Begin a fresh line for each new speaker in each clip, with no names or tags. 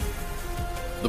The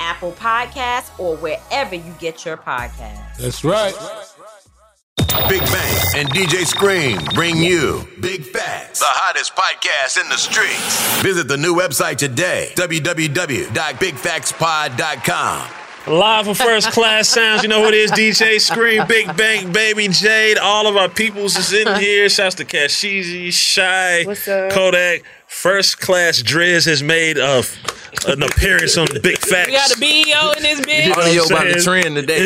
Apple Podcasts, or wherever you get your podcasts.
That's right.
Big Bang and DJ Scream bring you Big Facts, the hottest podcast in the streets. Visit the new website today, www.bigfactspod.com.
Live for first class sounds. You know who it is? DJ Scream, Big Bang, Baby Jade. All of our peoples is in here. Shouts to Kashizi, Shy, Kodak. First class Driz has made a, an appearance on Big Facts.
We got a BEO in this bitch.
You know
Audio
what I'm
by the
saying?
trend today.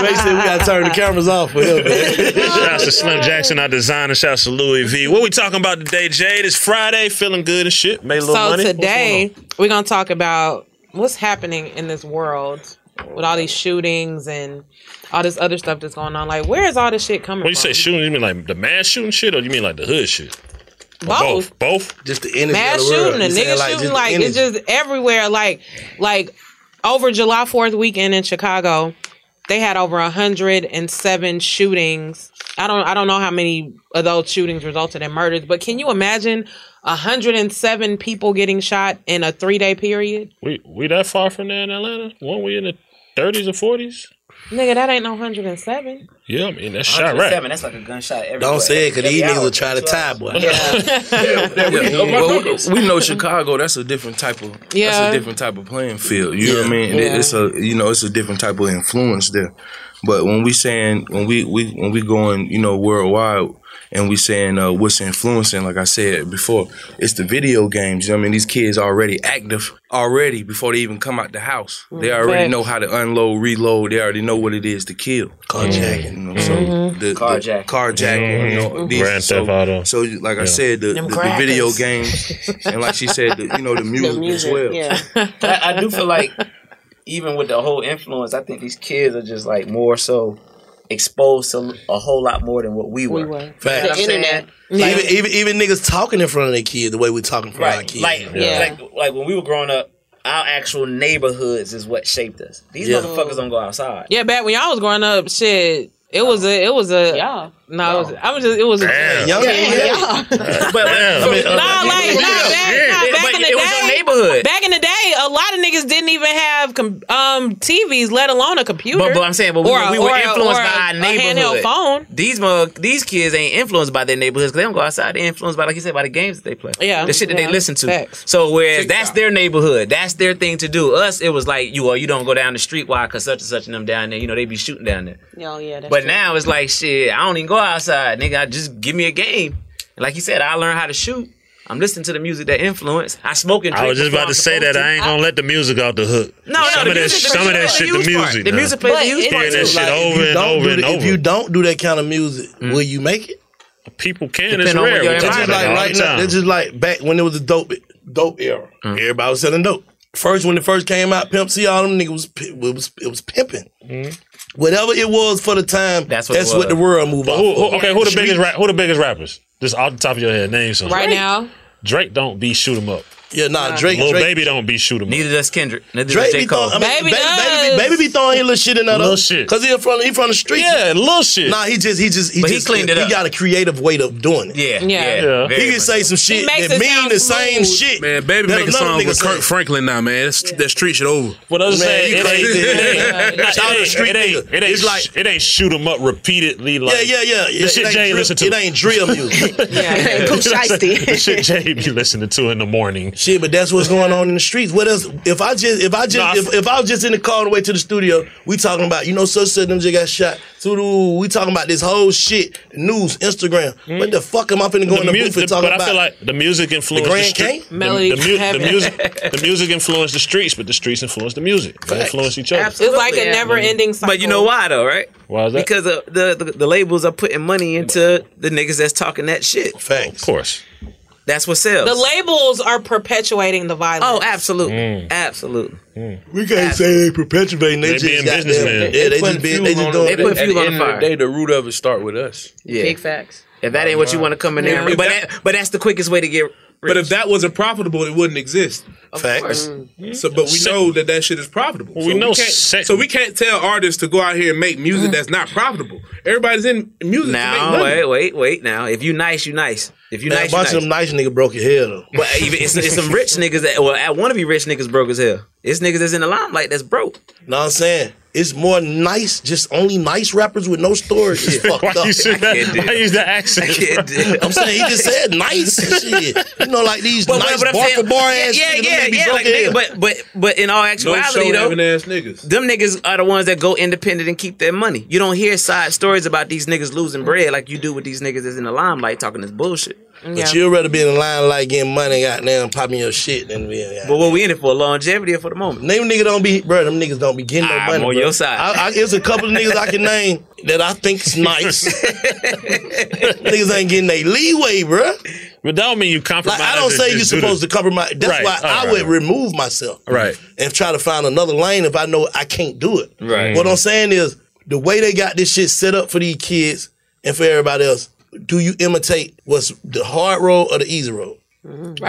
Basically, we gotta turn the cameras off for him.
Shouts to Slim Jackson, our designer. Shouts to Louis V. What we talking about today, Jade? It's Friday, feeling good and shit. Made a little
So
money. What's
today we're gonna talk about what's happening in this world with all these shootings and all this other stuff that's going on. Like, where is all this shit coming
When you
from?
say shooting, you mean like the mass shooting shit, or you mean like the hood shit? Or both.
both.
Both.
Just the energy.
Mass
of the world.
shooting, a
You saying,
nigga shooting,
just
like
energy.
it's just everywhere. Like, like over July Fourth weekend in Chicago, they had over hundred and seven shootings. I don't, I don't know how many of those shootings resulted in murders, but can you imagine hundred and seven people getting shot in a three day period?
We we that far from there in Atlanta? Weren't we in the thirties or forties?
Nigga, that ain't no hundred and seven.
Yeah, I mean that's shot right.
That's like a gunshot. Everywhere.
Don't say it, cause
Every
these
hour,
niggas will try to
every two
tie
hours.
boy.
Yeah, well, we know Chicago. That's a different type of.
Yeah.
That's a different type of playing field. You know what I mean?
Yeah.
It's a you know it's a different type of influence there. But when we saying when we, we when we going you know worldwide and we saying uh, what's influencing, like I said before, it's the video games. You know what I mean? These kids already active already before they even come out the house. They already
Facts.
know how to unload, reload. They already know what it is to kill. Carjacking. You know, so the,
Carjacking.
The carjacking. You know, these,
Grand
so,
Theft Auto.
So like I said, the, the,
Them
the video
crackers.
games and like she said, the, you know the music, as well.
I, I do feel like even with the whole influence, I think these kids are just like more so exposed to a whole lot more than what we were.
We were.
You know what I'm
The
saying?
internet.
Like,
Yeah.
even,
Even even niggas talking in front of their kid the way we talking in front of our
right,
kids.
like,
Yeah.
like, like when we were growing up, our actual neighborhoods is what shaped us. These
Yeah.
motherfuckers don't go outside.
Yeah, back when y'all was growing up, shit, it was a, it was a, yeah. no, it was, I was just, it was a,
Damn.
Young
But, but
Damn.
I mean,
Nah, like, nah, back, nah,
But
back in the
it was your
day,
neighborhood.
back in the day, a lot of niggas didn't even have com- um TVs, let alone a computer.
But, but I'm saying, but we,
Or
were-
a-
we were
or a-
influenced
or
by our
a- A handheld
neighborhood.
phone.
These mug, these kids ain't influenced by their neighborhoods because they don't go outside. They're influenced by, like you said, by the games that they play.
Yeah.
the shit that
Yeah.
they listen to.
Facts.
So whereas that's their neighborhood, that's their thing to do. Us, it was like you, well, you don't go down the street, why? Because such and such and them down there, you know, they be shooting down there.
Oh yeah, that's
But now it's like shit. I don't even go outside, nigga. I just give me a game. And like you said, I learn how to shoot. I'm listening to the music that influence. I smoke and
I
drink
was just
before
about to
I'm
say
supposed
that I ain't gonna let the music off the hook.
No, no,
some
the
of that,
music
some of that
plays the
shit, the
huge
music.
part. The
nah.
music plays
But
the huge
it-
part
Hearing that
too.
shit
Like,
over and
don't
over
do
and
that-
over. Mm.
If you don't do that kind of music, will you make it?
People can. It's
Depend on
rare.
what your
We
That's
talk
just
environment
about it all
like right
the
now.
time.
That's just like back when it was the dope dope era.
Mm.
Everybody was selling dope. First, when it first came out, Pimp C, all them niggas was pi- it was it was pimping.
Mm-hmm.
Whatever it was for the time, that's
That's
what,
what it was.
the world moved
But
on.
who, who, okay, who the biggest ra- who the biggest rappers? Just off the top of your head, name some.
right now.
Drake don't be shoot 'em up.
Yeah, nah, Drake.
Lil
Drake,
baby don't be shoot 'em up.
Neither does Kendrick. Neither
Drake
does J.
be
Cole.
throwing, I mean, baby, baby, be, baby be throwing his little shit in that
Little
up,
shit.
Cause he from he from the street. Yeah,
little shit.
Nah, he just he just he
But he
just
cleaned it
he
up.
got a creative way of doing it.
Yeah, yeah, Yeah. very
He can
much
say some
He
shit
makes
that
it
mean
sound
the same shit.
Man, baby
that
make a
another
song
nigga
with
say.
Kirk Franklin now, man. That's, That street shit over.
What I'm
Man,
saying,
you
it ain't,
crazy.
it ain't,
Yeah.
it
Shout out to
ain't,
street
it ain't,
nigga.
it ain't,
It's like-
sh- it ain't shoot 'em up repeatedly. Like,
yeah, yeah, yeah.
The
It
shit
ain't
Jay
drill-
listen to.
it ain't drill music. Yeah, yeah.
You know what I'm saying?
Shiesty.
the shit Jay be listening to in the morning.
Shit, but that's what's going on in the streets. What else? If I just, if I just,
Nah, I-
if, if I was just in the car on the way to the studio, we talking about, you know, such such them just got shot. Toodoo, we talking about this whole shit, news, Instagram. What the fuck am I finna go in the
mu-
booth and talk
but
about?
I feel like the music influenced
Grand
street-
Canyon?
the-
Melody
The, mu- the
Heaven.
music, the music influenced the streets, but the streets influenced the music. They influence each other.
It's like a never-ending cycle.
But you know why though, right?
Why is that?
Because of the, the the labels are putting money into the niggas that's talking that shit.
Of
Thanks.
course.
That's what sells.
The labels are perpetuating the violence.
Oh, absolutely, absolutely.
we can't say they perpetuating. They,
They
just
being
got
businessmen.
Them, yeah, they,
They
just
putting
being,
fuel
they just
on
doing.
it. They put
it.
fuel on fire.
Day, the root of it start with us.
Yeah.
Big facts.
If that ain't what you want to come in there,
Yeah.
but that, but that's the quickest way to get. Rich.
But if that wasn't profitable, it wouldn't exist. Mm-hmm.
Of
course.
So, but we know that that shit is profitable.
Well,
so
we know Mm-hmm.
can't,
sex-
so we can't tell artists to go out here and make music that's not profitable. Everybody's in music. to
Now
make money.
wait, wait, wait. Now if you nice, you nice. If you
Man,
nice,
a bunch
you
of them nice nigga broke your hair though.
But even it's, it's some rich niggas that well, I want to be rich niggas broke as hell. It's niggas that's in the limelight that's broke.
Know what I'm saying? It's more nice, just only nice rappers with no stories. is fucked
Why
up.
you say that? Why use that accent?
I'm saying he just said nice shit. You know, like these
But- but-
nice
but I'm
bar
saying-
for bar
yeah,
ass.
yeah,
niggas, them
yeah,
niggas be
yeah,
broke
like,
as hell.
nigga, but but but in all actuality though,
show-having ass niggas.
them niggas are the ones that go independent and keep their money. You don't hear side stories about these niggas losing bread like you do with these niggas that's in the limelight talking this bullshit.
But you'd rather be in the line like getting money, goddamn, popping your shit than be.
But what we in it for? Longevity or for the moment?
Name nigga don't be, bro. Them niggas don't be getting no
I'm
money.
on
bro.
your side.
I, I, it's a couple of niggas I can name that I think's nice. niggas ain't getting they leeway, bro.
But that don't mean you compromise.
Like I don't
and
say
just
you're
do the-
supposed to compromise. That's
Right,
why
all
I
right,
would
all
remove myself.
Right.
and try to find another lane if I know I can't do it.
Right.
What I'm saying is the way they got this shit set up for these kids and for everybody else. Do you imitate what's the hard road or the easy road?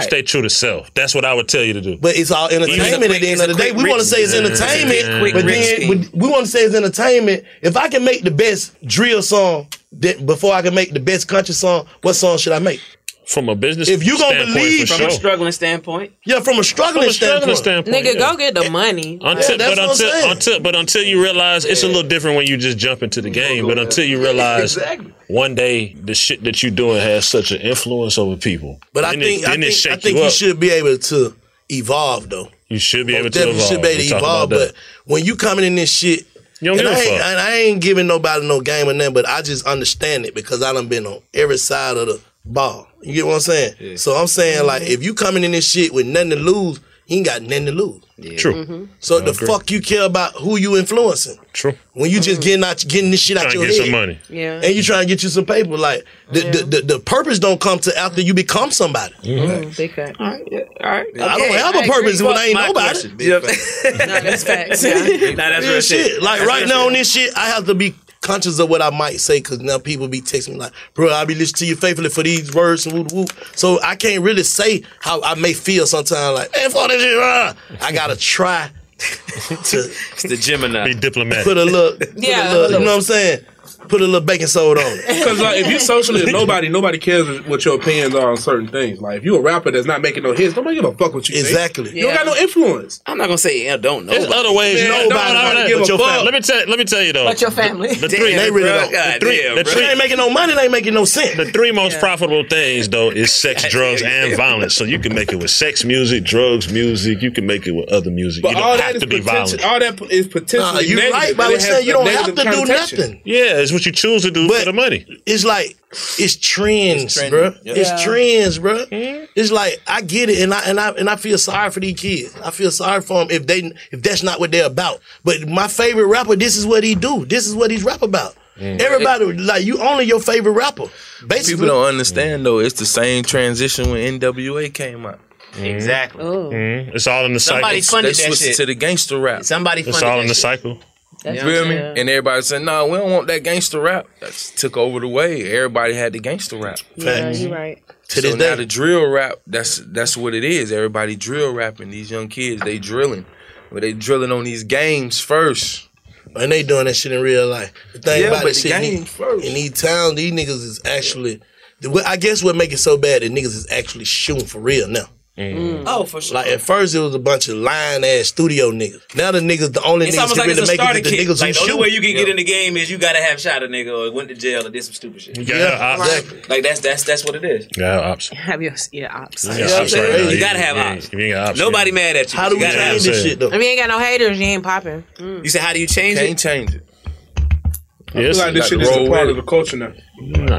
Stay true to self. That's what I would tell you to do.
But it's all entertainment at the end of the day. We want to say it's entertainment, but then but we want to say it's entertainment. If I can make the best drill song that before I can make the best country song, what song should I make?
From a business,
if you gonna
standpoint,
believe,
for From a sure.
struggling standpoint,
yeah, from a struggling,
From a struggling standpoint,
Nigga,
yeah.
go get the money.
Until, but until, until but until you realize it's a little different when you just jump into the game. But until you realize
Exactly.
one day the shit that you're doing has such an influence over people.
But I
Then it-
think I
then it
think,
shake
I think
you
you,
up.
should be able to evolve though.
You should be able to
Oh, Definitely
evolve.
should be able
We
to
talked about
evolve,
that.
but when you coming in this shit,
don't
and,
give a
I ain't,
fuck.
and I ain't giving nobody no game or nothing, but I just understand it because I done been on every side of the ball. You get what I'm saying? So I'm saying like if you coming in this shit with nothing to lose, you ain't got nothing to lose.
True. Mhm.
So
I
the
agree.
fuck you care about who you influencing?
True.
When you just getting out, getting this shit out
Trying to
your
get
head,
some money.
Yeah.
and you trying to get you some paper. Like the the, the the purpose don't come to after you become somebody.
Big fact. All right. All right.
I don't have a purpose when I ain't
My
nobody.
question, you know what I'm saying?
that's facts.
Nah, that's
Real
real
shit.
shit.
Like
That's
right
real
now
shit.
on this shit, I have to be conscious of what I might say because now people be texting me like, "Bro, I be listening to you faithfully for these words and woo woo." So I can't really say how I may feel sometimes. Like, man, fuck this shit. ah." I gotta try to
It's the Gemini.
Be diplomatic.
put a little, put
Yeah.
a little, you know what I'm saying? Put a little baking soda on it.
Because like, if you socialist, nobody nobody cares what your opinions are on certain things. Like if you a rapper that's not making no hits, nobody give a fuck what you think.
Exactly.
You don't got no influence.
I'm not gonna say yeah, don't know.
There's other ways.
Man, nobody
No, no, no,
might
no,
give
but
a
your
fuck.
fam- Let me tell. Let me tell you though.
But your
family.
The three.
They really don't.
The three. the
They ain't
three-
making no money. They ain't making no sense.
the three most profitable things though is sex, drugs, and violence. So you can make it with sex music, drugs, music. You can make it with other music.
But
you don't
all
have
that is
to be
potential.
violent.
All that is potentially
Nah, you
negative,
right,
but
but
it
I'm
has
saying
a
you don't have
negative
to do
connotation.
nothing.
Yeah, it's what you choose to do for the money.
It's like it's trends, bro.
Yeah.
It's
Yeah.
trends, bro. It's like I get it, and I and I and I feel sorry for these kids. I feel sorry for them if they if that's not what they're about. But my favorite rapper, this is what he do. This is what he's rap about. Everybody like you only your favorite rapper. Basically,
Mm. People don't understand though. It's the same transition when NWA came out.
Exactly.
Mm-hmm.
Mhm. It's all in the
Somebody
cycle.
funded
they
that
switched
shit.
to the gangster rap.
Somebody
It's
funded
all
that
in the
shit.
cycle.
You
That's
feel me?
real.
And everybody said, "Nah, we don't want that gangster rap." That took over the way. Everybody had the gangster rap.
Facts.
you
right. To
so
this
now
day.
the drill rap, that's that's what it is. Everybody drill rapping. These young kids, they drilling, but they drilling on these games first.
And they doing that shit in real life. The thing
yeah,
about
but
this
the
shit,
game
in, in these towns, these niggas is actually. the- what- I guess what make it so bad that niggas is actually shooting for real now.
Mm. Oh, for sure.
Like at first it was a bunch of lying ass studio niggas. Now the niggas, the only
It's
niggas
almost
can
like
really
it's a
make it
starter
is the
kit.
niggas
Like, the
who
only
shoot.
way you can get in the game is you gotta have shot a nigga or went to jail or did some stupid shit.
Yeah, Yeah, ops.
Like, like that's that's that's what it is.
Yeah, ops.
Have your yeah ops.
You got
You, know what
ops
I'm
right
saying?
now.
You
You-
gotta have
you
ops.
ain't- you ain't got ops,
Nobody
yeah.
mad at you.
How do
You
we
gotta have
change
ops.
this shit,
If you ain't got no haters, you ain't popping.
Mm.
You said how do you change
Can't
it?
change it.
I feel like this shit is a part of the culture now.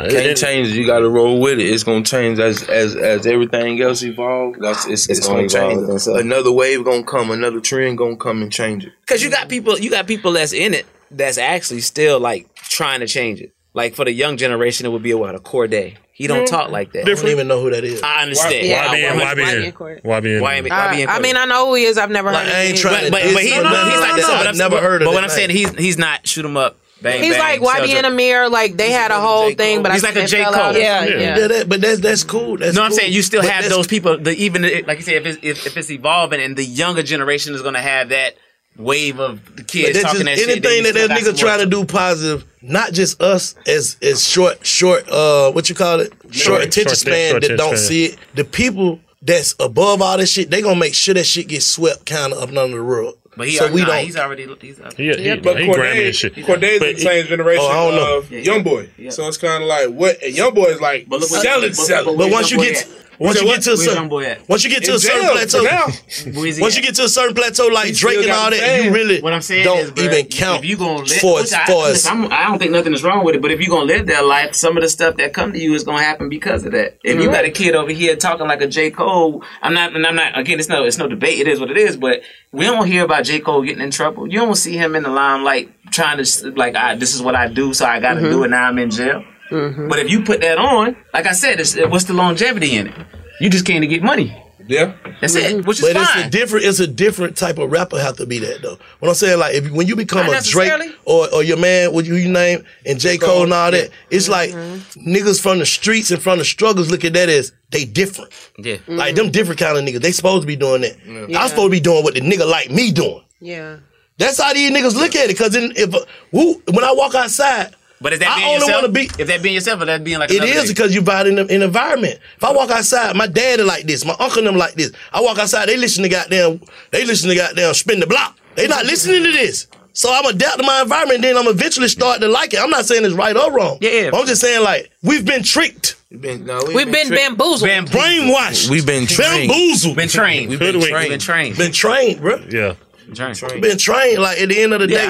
Can't change it. You got to roll with it. It's gonna change as as as everything else evolves. That's it's, it's,
It's
gonna,
gonna evolve
change.
with itself.
Another wave gonna come. Another trend gonna come and change it.
Cause you got people, you got people that's in it that's actually still like trying to change it. Like for the young generation, it would be what a Corday. He don't
Mm.
talk like that.
I don't even know who that is.
I understand.
Yeah,
I
YBN,
100
YBN.
YBN,
Uh, I, I mean, I know who he is. I've never heard. of
I ain't
his
trying
name.
to
but but he,
No, no,
but
no,
he's
no,
like
no,
this.
I've
but I'm,
never
but-
heard of
But
that
what I'm saying,
name.
he's he's not shoot him up. Bang,
He's
bang,
like YB
sell
and
drugs.
Amir. Like they had a whole thing, but
He's
I
like a
think
J.
it fell
Cole.
out.
Yeah, yeah.
Yeah, that, but that's that's cool. That's
no, I'm
cool.
saying you still
But
have
that's-
those people. The even the- like you said, if it's, if, if it's evolving and the younger generation is going to have that wave of the
But
kids
that's
talking
just
that shit.
anything that that nigga trying to do positive, not just us as as short short uh what you call it short,
Short-
attention
short-
span
short
that don't
attention span.
see it. The people that's above all this shit, they gonna make sure that shit gets swept kind of up and under the rug.
But he,
so we
nah,
don't.
He's already. He's already.
He, but he Cordae, and shit. Corday's the same generation
Oh, I don't know.
of young boy. So it's kind of like what and young boy is like
But look what-
selling,
but- but
selling.
where's once young you boy get- at? once
said
you
what?
get to a Where's certain- young boy at? once you get to
In
a certain
jail
plateau-
now.
Once you get to a certain plateau, like
He still
Drake and
got
all
the
that, you
fame.
really
What I'm saying
don't
is, bruh,
even
if
count
you gonna live,
for
which
as
I,
far as
listen, I'm, I don't think nothing is wrong with it, but if you're gonna live that life, some of the stuff that come to you is gonna happen because of that. If you
Mhm.
got a kid over here talking like a J Cole, I'm not, and I'm not. Again, it's no, it's no debate. It is what it is. But we don't hear about J Cole getting in trouble. You don't see him in the limelight trying to s- like, I, this is what I do, so I got to
Mhm.
do it. Now I'm in jail.
Mm-hmm.
Mm-hmm.
But if you put that on, like I said, it's, what's the longevity in it? You just came to get money.
Yeah,
that's it. Which is
but
fine.
it's a different it's a different type of rapper have to be that though. What I'm saying, like if when you become
Not
a Drake
necessarily.
or, or your man, what you, you name and J. Cole, and all that, it's like
Mm-hmm.
niggas from the streets and from the struggles look at that as they different.
Yeah.
Like them different kind of niggas. They supposed to be doing that.
Yeah.
I'm supposed to be doing what the nigga like me doing.
Yeah.
That's how these niggas look at it. Cause in, if who, when I walk outside,
But is that
I
being
only
yourself?
wanna be-
if that being yourself, or that being like
it
another
is
nigga?
because you vibe in an environment. If I walk outside, my daddy like this, my uncle and them like this. I walk outside, they listen to goddamn, they listen to goddamn spin the block. They not listening to this. So I'm adapt to my environment, then I'm eventually start to like it. I'm not saying it's right or wrong. Yeah, I'm just saying like we've been tricked.
Uh, Been, no,
We've been
tricked.
bamboozled. Bamboozled. Brainwashed.
We've been trained.
Bamboozled.
Been trained.
We've been trained. Been
trained.
Been trained, bro.
Yeah.
Been trained. Like at the end of the day,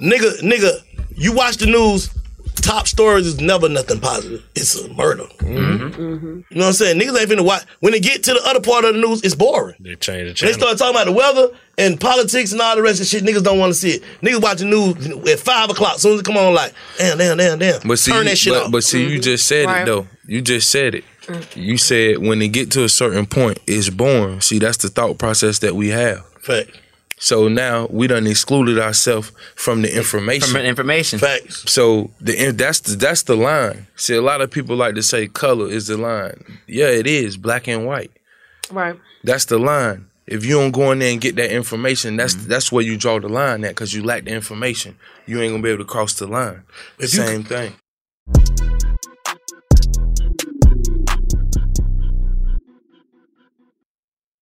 nigga, nigga, you watch the news. Top stories is never nothing positive. It's a murder. You know what I'm saying? Niggas ain't finna watch. When they get to the other part of the news, it's boring.
They changed the
They
channel.
start talking about the weather and politics and all the rest of shit. Niggas don't want to see it. Niggas watch the news at five o'clock. Soon as it come on, like damn, damn, damn, damn.
But see,
turn
you-
that shit
but,
off. Mm-hmm.
but see, you just said
Right.
it though. You just said it. You said when they get to a certain point, it's born. See, that's the thought process that we have.
Fact.
So now we done excluded ourselves from the information.
From information.
Facts.
So the in- that's the, that's the line. See, a lot of people like to say color is the line. Yeah, it is black and white.
Right.
That's the line. If you don't go in there and get that information, that's
Mm-hmm.
that's where you draw the line at because you lack the information. You ain't gonna be able to cross the line.
If you-
Same thing.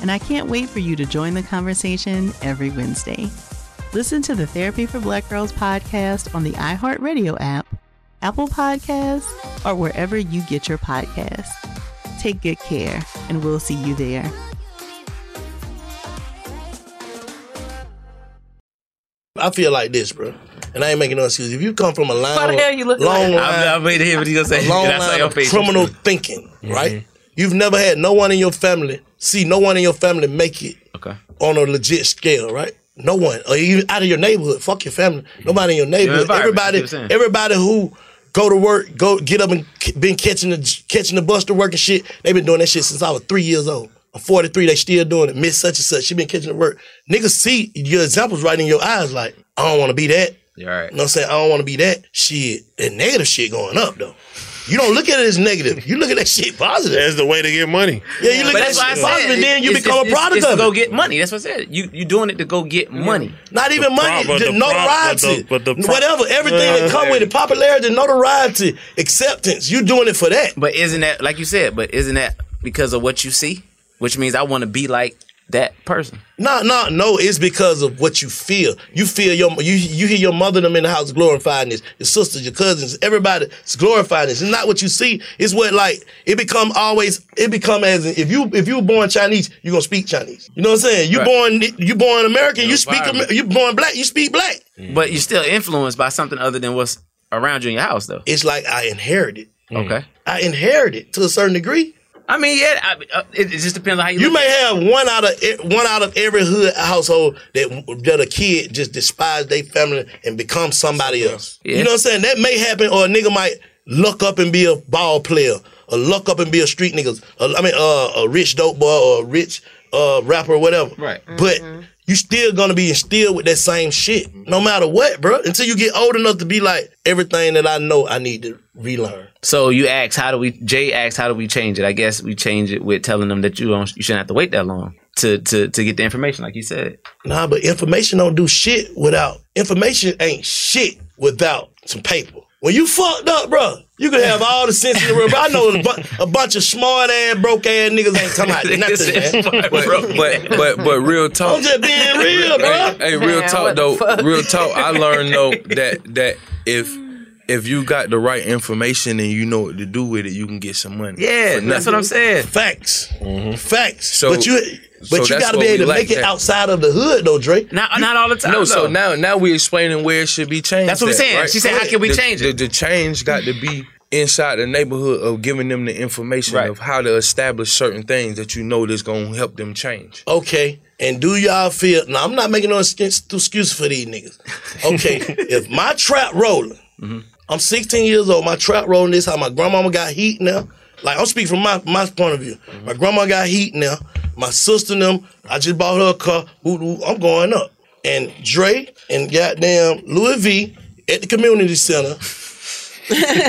and I can't wait for you to join the conversation every Wednesday. Listen to the Therapy for Black Girls podcast on the iHeartRadio app, Apple Podcasts, or wherever you get your podcasts. Take good care, and we'll see you there.
I feel like this, bro. And I ain't making no excuse. If you come from a line,
Why the
of-
hell you looking
long
like that?
line,
I'm- I'm waiting to hear what you gonna say.
a long
And I saw
line
your
of
face.
criminal thinking, right? You've never had no one in your family see no one in your family make it
Okay.
on a legit scale, right? No one, or even out of your neighborhood. Fuck your family. Nobody in your neighborhood.
environment,
everybody,
that's what I'm saying.
everybody who go to work, go get up and k- been catching the catching the bus to work and shit. They've been doing that shit since I was three years old. I'm 43. They still doing it. Miss such and such. She been catching the work. Niggas see your examples right in your eyes. Like I don't want to be that.
All right.
You know what I'm saying? I don't want to be that shit. That negative shit going up though. You don't look at it as negative. You look at that shit positive. That's the way to get money. Yeah, you look
But
at
that's why I
that shit
said
positive, and then you
it's-
become
it's-
a product
it's, it's
of
to
it.
go get money. That's what I said. You you doing it to go get money.
Not even money, the, notoriety, whatever, everything that come with it, popularity, notoriety, acceptance. You doing it for that.
But isn't that like you said? But isn't that because of what you see? Which means I want to be like that person.
No, no, no. It's because of what you feel. You feel your you you hear your mother and them in the house glorifying this. Your sisters, your cousins, everybody is glorifying this. It's not what you see. It's what like it become always. It become as if you if you were born Chinese, you gonna speak Chinese. You know what I'm saying? You
Right.
born you born American, you speak
environment.
Amer- you born black, you speak black.
But you're still influenced by something other than what's around you in your house, though.
It's like I inherited.
Okay.
I inherited to a certain degree.
I mean, yeah, I, uh, it, it just depends on how you.
You
look
may
at it.
have one out of e- one out of every hood household that that a kid just despise their family and become somebody else.
Yeah.
You know what I'm saying? That may happen, or a nigga might luck up and be a ball player, or luck up and be a street niggas. Or, I mean, uh, a rich dope boy or a rich uh, rapper or whatever. Right. But you still gonna be instilled with that same shit, no matter what, bro. Until you get old enough to be like everything that I know, I need to relearn.
So you asked, how do we? Jay asked, how do we change it? I guess we change it with telling them that you don't, you shouldn't have to wait that long to to to get the information, like you said.
Nah, but information don't do shit without information ain't shit without some paper. When you fucked up, bro, you could have all the sense in the world. But I know a, bu- a bunch of smart ass, broke ass niggas ain't talking about nothing, man.
but, but but but real talk.
I'm just being real, bro.
Hey, hey, real
Man,
talk
what the
though.
fuck?
Real talk. I learned though that that if if you got the right information and you know what to do with it, you can get some money.
Yeah,
For
that's
nothing.
what I'm saying.
Mm-hmm. Facts, facts.
So-
but you,
so
but you
that's
gotta
what
be
we
able to
lack
make it
that.
outside of the hood, though, Drake.
Not not all the time.
No, so
though.
now now we're explaining where it should be changed.
That's what I'm
at,
saying.
right?
She said, how can we
The-
change it?
The, the change got to be inside the neighborhood of giving them the information of how to establish certain things that you know that's gonna help them change.
Okay. And do y'all feel? Now I'm not making no excuse, excuse for these niggas. Okay, if my trap rolling,
Mm-hmm.
I'm 16 years old. My trap rolling this how my grandmama got heat now. Like I'm speaking from my, my point of view.
Mm-hmm.
My grandma got heat now. My sister and them. I just bought her a car. Ooh, ooh, I'm going up. and Dre and goddamn Louis V at the community center.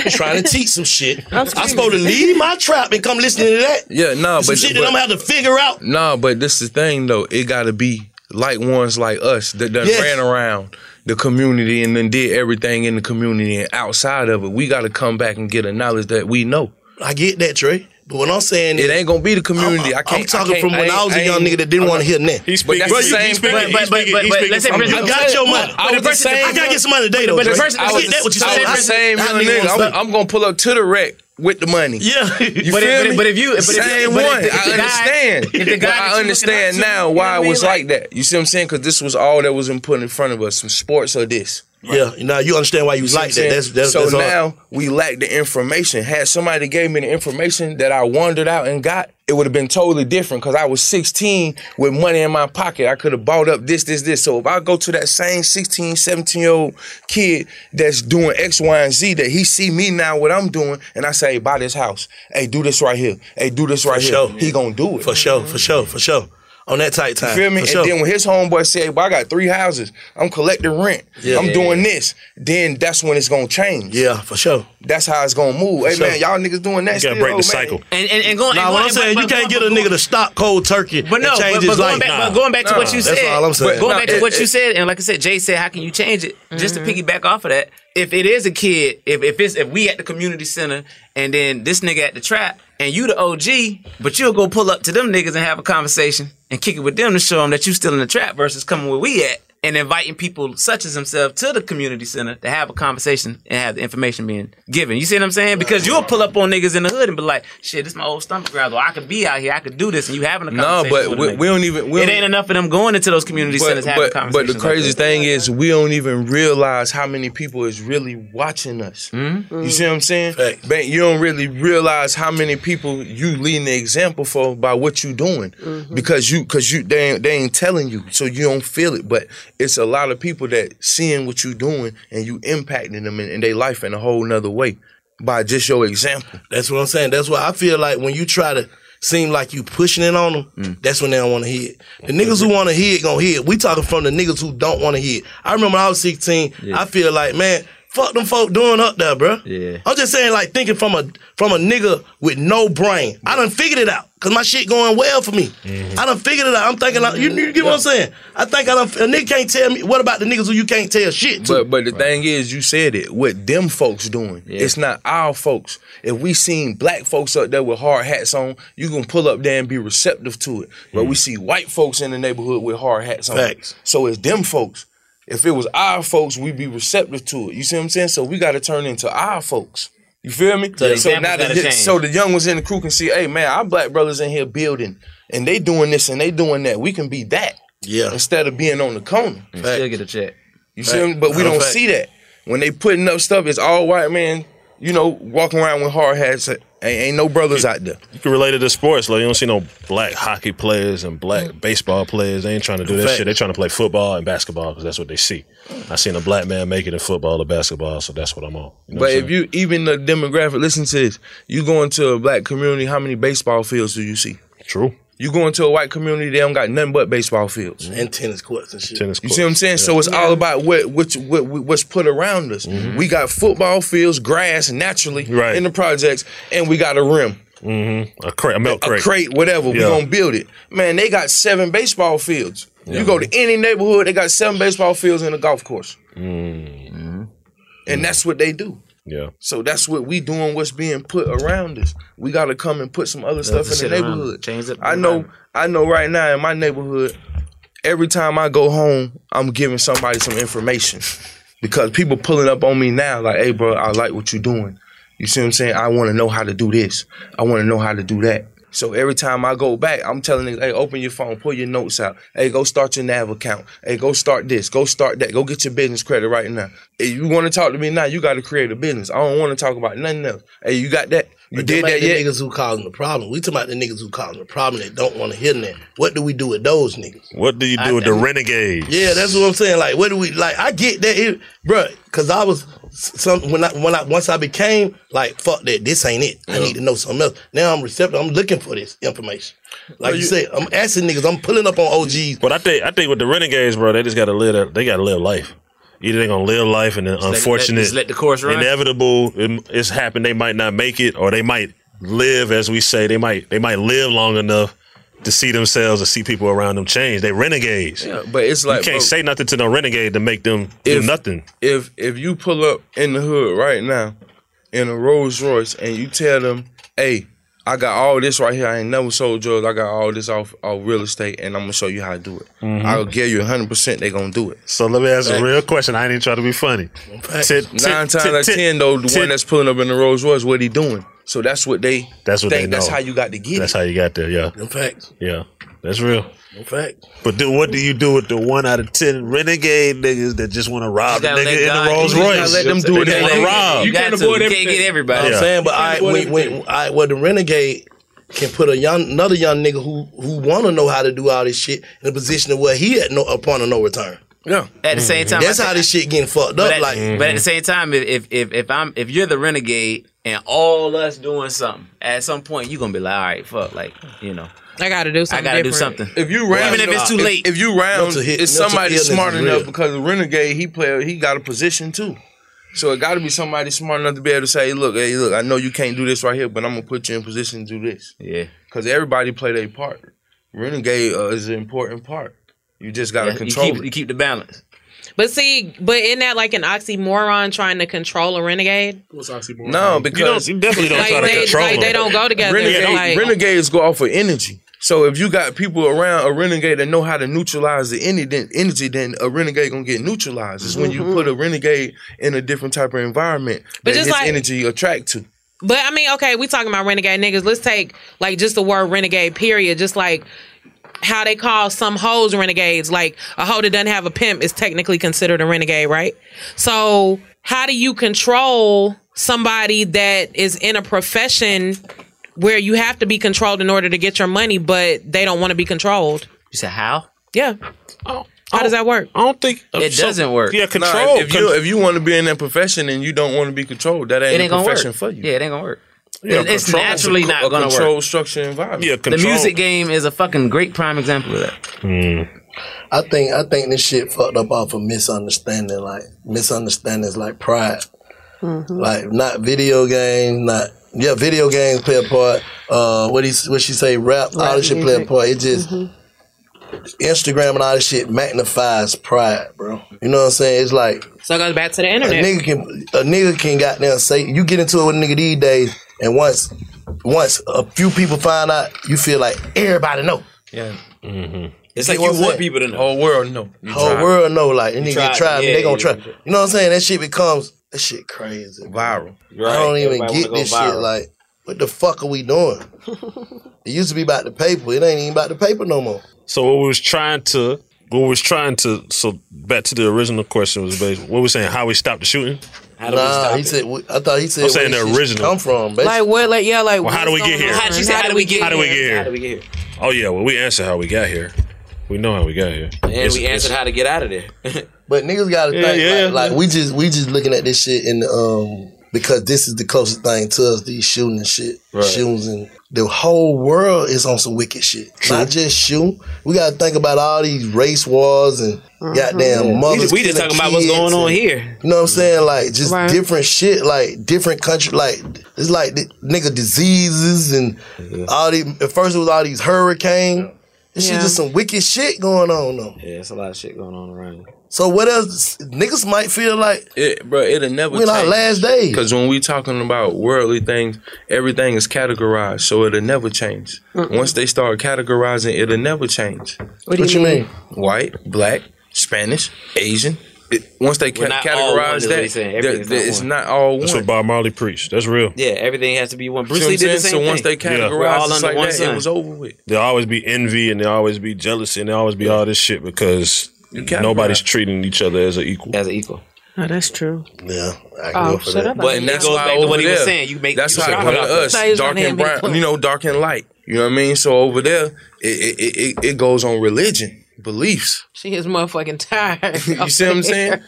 trying to teach some shit. I'm, supposed to leave my trap and come listen to that.
Yeah, nah,
some
but
shit
but-
that I'm gonna have to figure out.
Nah, but this is the thing though. It gotta be like ones like us that done
Yes.
ran around the community and then did everything in the community and outside of it. We gotta come back and get a knowledge that we know.
I get that, Trey. But what I'm saying
it ain't gonna be the community. I
I'm-
can't.
I'm talking
can't-
from when I was a
ain't-
young nigga that didn't
I'm
wanna
not-
hear nothing.
But that's the same
But-
thing.
but- but- but- but let's say for
I
instance-
got your money.
But-
I
but
was
the
the
person-
same.
I gotta get some money today, though,
But the
Trey.
person-
I
I
get
was-
that what you
I
said.
was the same
That
young
nigga
nigga.
wants
I'm,
money.
I'm gonna pull up to the rack with the money.
Yeah,
you
But if-
feel
but if-
me?
but if you- but if-
same
but if
one.
the- if the
I
guy-
understand.
if the guy
but
that you
I
looking
understand
up to,
now
you know
why
what I
it
mean?
was
Like-
like that. You see what I'm saying? Because this was all that was in put in front of us, some sports or this.
Yeah, now you understand why you
see what
like
I'm
that.
saying?
That's- that's-
so
that's all.
now we lack the information. Had somebody gave me the information that I wandered out and got, it would have been totally different. Because I was 16 with money in my pocket, I could have bought up this, this, this. So if I go to that same 16, 17 year old kid that's doing X, Y, and Z, that he see me now what I'm doing, and I say, hey, buy this house. Hey, do this right here. Hey, do this
For
right
sure.
here. He gonna do it
For sure, for sure, for sure. On that tight time.
you feel me?
For
And
sure.
then when his homeboy said, "Well, I got three houses. I'm collecting rent.
Yeah.
I'm doing this," then that's when it's gonna change.
Yeah, for sure.
That's how it's gonna move.
For
hey
sure.
man, y'all niggas doing that. still, man.
And and, and going.
Nah,
and
what
going-
I'm saying,
but-
you
but-
can't
but-
get a nigga to stop cold turkey
But no,
and change
but,
his
but going
life.
back,
Nah.
but going back to what you said,
That's all I'm saying.
Going back to what you said, and like I said, Jay said, how can you change it? Just to piggyback off of that, if it is a kid, if if it's if we at the community center, and then this nigga at the trap, and you the OG, but you'll go pull up to them niggas and have a conversation and kick it with them to show them that you still in the trap versus coming where we at. And inviting people such as himself to the community center to have a conversation and have the information being given. You see what I'm saying? Because you'll pull up on niggas in the hood and be like, "Shit, this my old stomach ground. I could be out here. I could do this." And you having a
No,
conversation.
but
with
we,
a nigga
we don't even. We
it
don't-
ain't enough of them going into those community centers having
but, but
conversations.
the crazy thing is, we don't even realize how many people is really watching us. You see what I'm saying? Man, you don't really realize how many people you leading the example for by what you doing
Mm-hmm.
because you because you they ain't, they ain't telling you, so you don't feel it. But it's a lot of people that seeing what you doing and you impacting them in, in their life in a whole nother way by just your example.
That's what I'm saying. That's why I feel like when you try to seem like you pushing it on them, that's when they don't want to hear it. The niggas who want to hear it gonna hear it. We talking from the niggas who don't want to hear it. I remember when I was 16. I feel like man, fuck them folk doing up there, bruh.
Yeah.
I'm just saying like thinking from a from a nigga with no brain. I done figured it out because my shit going well for me. I done figured it out. I'm thinking like, you, you get what I'm saying. I think I done. A nigga can't tell me what about the niggas who you can't tell shit to.
But but the thing is, you said it. What them folks doing? It's not our folks. If we seen black folks up there with hard hats on, you can pull up there and be receptive to it. But we see white folks in the neighborhood with hard hats on.
Facts.
So it's them folks. If it was our folks, we'd be receptive to it. You see what I'm saying? So we got to turn into our folks. You feel me?
So the
so
example's
now
gotta
the,
change.
so the young ones in the crew can see, hey man, our black brothers in here building, and they doing this and they doing that. We can be that.
Yeah.
Instead of being on the corner.
still get a check.
You see, what I'm- but we
Matter of
don't
fact.
see that when they putting up stuff. It's all white man, you know, walking around with hard hats. Ain't, ain't no brothers out there.
You can relate it to sports, like you don't see no black hockey players and black baseball players. They ain't trying to do that
Fact.
shit. They trying to play football and basketball because that's what they see. I seen a black man make it in football or basketball, so that's what I'm on. You know
but if you even the demographic, listen to this. You go into a black community, how many baseball fields do you see?
True.
You go into a white community, they don't got nothing but baseball fields.
and tennis courts and shit.
Tennis
You see what I'm saying? So it's all about what what, what what's put around us.
Mm-hmm.
We got football fields, grass naturally in the projects, and we got a rim.
Mm-hmm. A crate, a milk crate,
a crate, whatever. we
Yeah.
gonna build it. Man, they got seven baseball fields.
Yeah.
You go to any neighborhood, they got seven baseball fields and a golf course,
Mm-hmm.
and that's what they do.
Yeah.
So that's what we doing. What's being put around us? We gotta come and put some other
Other
stuff in
shit
the
around.
neighborhood.
Change up the
I know. I know. Right now in my neighborhood, every time I go home, I'm giving somebody some information because people pulling up on me now, like, "Hey, bro, I like what you're doing. You see what I'm saying? I want to know how to do this. I want to know how to do that." So every time I go back, I'm telling niggas, "Hey, open your phone, pull your notes out. Hey, go start your Nav account. Hey, go start this. Go start that. Go get your business credit right now. If you want to talk to me now, you got to create a business. I don't want to talk about nothing else. Hey, you got that? You
But
did
them
that
ain't
yet?
The niggas who causing the problem. We talking about the niggas who causing the problem that don't want to hear that. What do we do with those niggas?
What do you do
I-
with the renegades?
Yeah, that's what I'm saying. Like, what do we like? I get that, it, bruh, Cause I was some when I when I once I became like fuck that this ain't it. I need to know something else. Now I'm receptive. I'm looking for this information. Like you, said, I'm asking niggas. I'm pulling up on OGs.
But I think I think with the renegades, bro, they just gotta live. That, they gotta live life. Either they gonna live life and the
let-
unfortunate,
just let the course run.
inevitable. it- It's happened. They might not make it, or they might live, as we say. They might they might live long enough to see themselves and see people around them change. They renegades.
Yeah, but it's like,
you can't
bro-
say nothing to no renegade to make them do
If-
nothing.
if if you pull up in the hood right now in a Rolls Royce and you tell them, "Hey, I got all this right here. I ain't never sold drugs. I got all this off, off real estate, and I'm gonna show you how to do it.
Mhm.
I'll give you 100. percent They gonna do it.
So let me ask
Facts.
a real question. I ain't even trying to be funny. Tit- tit-
Nine times out of
tit-
ten, though, the
tit-
one that's pulling up in the Rolls Royce, what he doing? So that's what they.
That's what
think.
they
That's
know.
how you got to get
That's
it.
how you got there. Yeah.
In fact,
Yeah. That's real.
in fact,
But then what do you do with the one out of ten renegade niggas that just want to rob the
Just gotta
nigga
let
in
God-
the Rolls
you just
Royce?
gotta let them do
They
it.
just wanna
You can't-
rob.
you can't avoid everything. You know what I'm saying, but I when, when I well the renegade can put a young another young nigga who who want to know how to do all this shit in a position of where he at no upon a no return.
Yeah.
At the same time,
that's
I
how
think-
this shit getting fucked up.
But at,
like,
but at the same time, if, if if if I'm if you're the renegade and all us doing something, at some point you gonna be like, all right, fuck, like you know,
I gotta do something.
I gotta do
different.
something.
If you round,
even if it's too
if-
late,
If, you round,
Mental hit-
it's
mental
somebody
illness
smart
is
enough
real.
because the renegade he play he got a position too. So it got to be somebody smart enough to be able to say, look, hey, look, I know you can't do this right here, but I'm gonna put you in position to do this.
Yeah,
because everybody play their part. Renegade uh, is an important part. You just gotta
Yeah, you
control
keep-
it.
you keep the balance.
But see, but isn't that like an oxymoron trying to control a renegade?
What's oxymoron?
No, because
Like, they, Like, they don't go together.
Renegade-
like,
renegades go off of energy. So if you got people around a renegade that know how to neutralize the ener- then- energy, then a renegade gonna get neutralized. It's when you put
Mm-hmm.
a renegade in a different type of environment
But
that
just
his
like-
energy attract to.
But I mean, okay, we talking about renegade niggas. Let's take like just the word renegade. Period. Just like how they call some hoes renegades. Like a hoe that doesn't have a pimp is technically considered a renegade, right? So how do you control somebody that is in a profession where you have to be controlled in order to get your money, but they don't want to be controlled?
You said how?
Yeah. How does that work?
Oh, I don't think
It so- doesn't work. yeah,
Nah,
control.
if you if you want to be in that profession and you don't want to be controlled, that
it
ain't,
ain't
a
gonna work.
profession for you.
Yeah, it ain't gonna work.
Yeah,
It- it's
control-
naturally
a co-
not
a
gonna work.
control structure environment.
Yeah, The music game is a fucking great prime example of that.
I think I think this shit fucked up off of misunderstanding, like misunderstandings, like pride, like not video games, not yeah, video games play a part. Uh, what he what she say, rap, all this shit play a part. It just Instagram and all this shit magnifies pride, bro. You know what I'm saying? It's like
So it goes back to the
a
internet.
nigga can a nigga can goddamn say you get into it with a nigga these days, and once once a few people find out, you feel like everybody know.
Yeah.
Mm-hmm.
It's like you want
people to know.
Whole world know.
whole world know like you
You
nigga
tried.
try, try
Yeah,
they gonna
yeah,
try.
yeah.
You know what I'm saying? That shit becomes that shit crazy.
Viral.
I
Right.
don't even
Everybody
get
wanna
this
go
shit.
viral.
Like, what the fuck are we doing? it used to be about the paper. It ain't even about the paper no more.
So what we was trying to what we was trying to so back to the original question was based what we was saying how we stopped the shooting.
How do we Nah, stop he it? said we- I thought he said
I'm
where
saying
this
the
shit
original
come from,
Like what? Like yeah. Like
well, how do we
what's
get
going
here?
on?
How do we get here? Oh yeah, well we answered how we got here. We know how we got here.
And we answered how to get out of there.
But niggas gotta
Yeah,
think
yeah,
like, like
yeah.
we just we just looking at this shit and um because this is the closest thing to us these shooting and shit
Right.
shootings and the whole world is on some wicked shit. Not just shooting. We gotta think about all these race wars and
Mm-hmm.
goddamn
Yeah. We
mothers.
just- we just
killing
talking about what's
kids
going on
and-
here.
You know what I'm saying? Like just
Right.
different shit, like different country, like it's like the, nigga diseases and all these. At first it was all these hurricane. This shit
Yeah.
just some wicked shit going on though.
Yeah, it's a lot of shit going on around.
So what else? Niggas might feel like
It, bro, it'll never.
We in our last days.
Because when we talking about worldly things, everything is categorized, so it'll never change.
Mm-mm.
Once they start categorizing, it'll never change.
What do What you you mean? mean?
White, black, Spanish, Asian. It, once they
We're
ca-
not all one
categorize
is what
that,
he's saying.
they're-
Everything's
they're-
not
it's
one.
not all one.
That's what Bob Marley preached. That's real.
Yeah, everything has to be one. Bruce
See what
Lee
I'm
did the
saying?
same
So once they
thing.
categorize
We're all
us
under
like
one
that, it
sun.
was over with.
There'll always be envy and there'll always be jealousy and there'll always be all this shit because
categorize.
nobody's treating each other as an equal.
As an equal.
Oh, that's true.
Yeah,
I can Oh, go for shut that. up, I
But and
think.
that's
It goes
why
back to
over
what he
there,
was saying. You make-
that's
you
how
suck
come to
it up.
us,
Say it's
dark
not
and
him,
brown, you know, dark and light. You know what I mean? So over there, it it, it, it goes on religion. beliefs.
She is motherfucking tired.
You see what I'm saying?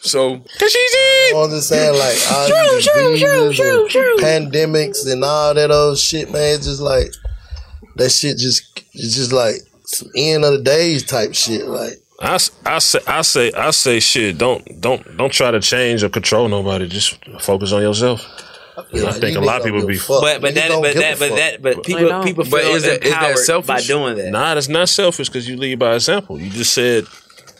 So
Cause she's in.
I'm just saying, like, all
True,
these
true,
diseases
true,
and pandemics and all that old shit, man. It's just like that shit. Just it's just like some end of the days type shit. Like,
I, s- I say I say I say shit. Don't don't don't try to change or control nobody. Just focus on yourself. And I think a lot of people be.
But but that but that but that but people people feel empowered by doing that.
Nah, that's not selfish because you lead by example. You just said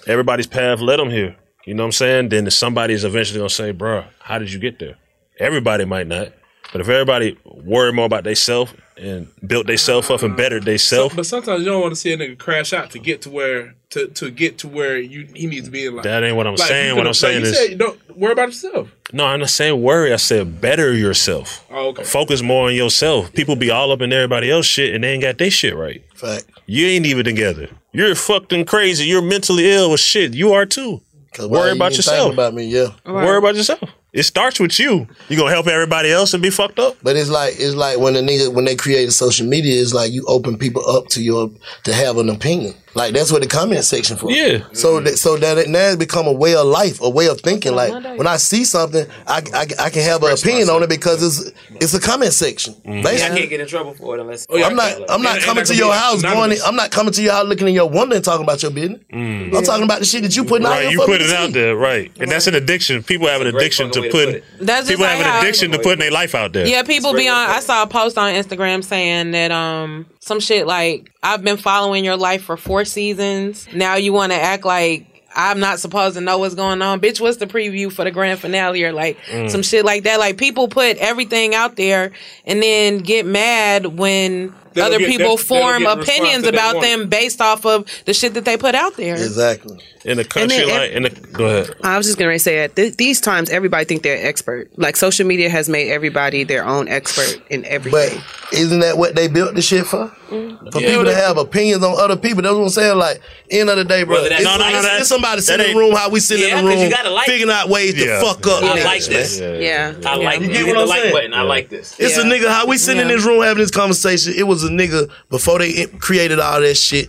everybody's path led them here. You know what I'm saying? Then somebody's eventually gonna say, "Bruh, how did you get there?" Everybody might not, but if everybody worried more about themselves and built themselves up and bettered themselves,
But sometimes you don't want to see a nigga crash out to get to where to, to get to where you he needs to be in life.
That ain't what I'm
Like,
saying.
you
What
could-
I'm saying
like
is-
you said, don't worry about yourself.
No, I'm not saying worry. I said better yourself.
Oh, okay.
Focus more on yourself. People be all up in everybody else shit and they ain't got their shit right.
Fact.
You ain't even together. You're fucked and crazy. You're mentally ill with shit. You are too.
why
Worry
you
about
even
yourself.
think about me, yeah.
Worry about yourself. It starts with you. You gonna help everybody else and be fucked up?
But it's like it's like when a nigga when they created social media, it's like you open people up to your to have an opinion. Like that's what the comment section for.
Yeah.
So
Mm-hmm.
that so that it now it's become a way of life, a way of thinking. Like when I see something, I, I, I can have an opinion on it because it's it's a comment section.
Mm-hmm.
I
Basically.
can't get Oh, in trouble for it unless
Oh,
I'm not. I'm not coming to your house. Going. In, I'm not coming to your house looking in your window and talking about your business. I'm talking about the shit that you putting out.
Right,
here
you
for
put
me to
it
see.
out there, right? And that's an addiction. People have an addiction to put.
That's just
people
like
have
how-
an addiction to putting their life out there.
Yeah, people be on. I saw a post on Instagram saying that um some shit like I've been following your life for four seasons. Now you want to act like. I'm not supposed to know what's going on. Bitch, what's the preview for the grand finale or like
Mm.
some shit like that? Like people put everything out there and then get mad when
They don't
other
get-
people
they- they don't
form
get a response
opinions
that they
about
want.
them based off of the shit that they put out there.
Exactly.
In the country,
then
like in the go ahead.
I was just gonna say that th- these times everybody think they're expert. Like social media has made everybody their own expert in everything.
Isn't that what they built the shit for?
Mm-hmm.
For
Yeah,
people
but-
to have opinions on other people. That's what I'm saying. Like, end of the day, bro.
Whether that's-
it's,
No, no, no,
it's-
that-
it's somebody
that
sitting in
ain't-
the room how we sit
Yeah,
in the
'cause you
room
gotta like-
figuring out ways
Yeah.
to fuck up.
I
niggas,
like this.
man.
Yeah.
I like
You
this. Hit
get what
the
I'm
like
saying?
button. I like this.
It's a nigga. How we sitting in
Yeah.
this room having this conversation? It was a nigga before they in- created all that shit.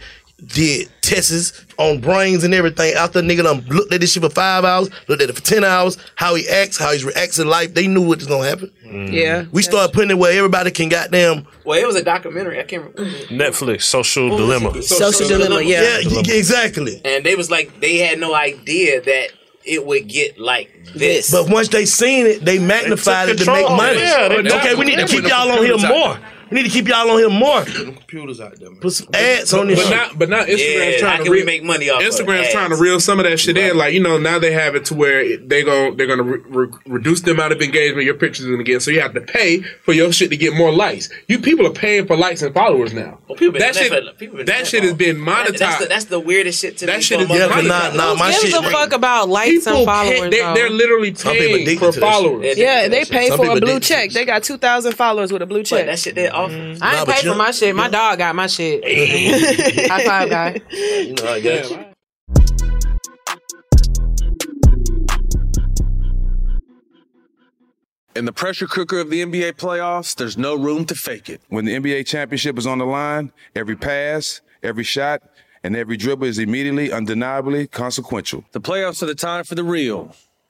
Did tests on brains and everything. After a nigga done looked at this shit for five hours, looked at it for ten hours. How he acts, how he's reacts in life. They knew what was gonna happen.
Yeah.
We start putting it where everybody can goddamn
Well, it was a documentary. I can't remember.
Netflix, social dilemma.
Social dilemma, yeah.
Yeah, exactly.
And they was like, they had no idea that it would get like this.
But once they seen it, they magnified it to
control
make
of
money.
it. Yeah, they-
okay, we need to
they
keep
put
y'all
the
on here
computers out
more. We need to keep y'all on here more.
Computers out there. Man.
Put some ads on this
but
shit.
Not, but now Instagram's
Yeah,
trying
how
to
can we
reel-
make money off of
Instagram's
ads?
trying to reel some of that shit in. Like you know, now they have it to where it- they go they're gonna re- re- reduce the amount of engagement your pictures are gonna get. So you have to pay for your shit to get more likes. You people are paying for likes and followers now.
People been
that
doing
shit,
that for- people been doing
that shit has been
That-
monetized.
that's, the, that's the weirdest shit to me.
That shit is
from a
yeah, but
motherfucker.
nah, nah, my
Who gives
shit
a fuck about likes and followers?
they-
though?
they're literally paying for followers.
Yeah, they pay for a blue
addicted to
check. They got two thousand followers with a blue check.
that shit they offer.
I ain't paid for my shit. My dog got my shit. High five, guy.
You
Oh,
know, I got you.
In the pressure cooker of the NBA playoffs, there's no room to fake it.
When the NBA championship is on the line, every pass, every shot, and every dribble is immediately, undeniably consequential.
The playoffs are the time for the real.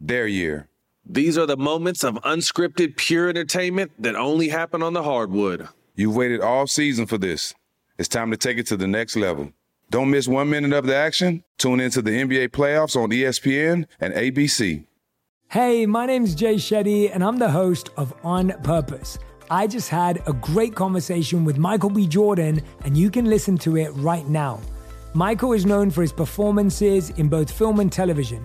their year?
These are the moments of unscripted, pure entertainment that only happen on the hardwood.
You've waited all season for this. It's time to take it to the next level. Don't miss one minute of the action. Tune into the NBA playoffs on E ESPN and ABC.
Hey, my name's Jay Shetty, and I'm the host of On Purpose. I just had a great conversation with Michael B. Jordan, and you can listen to it right now. Michael is known for his performances in both film and television.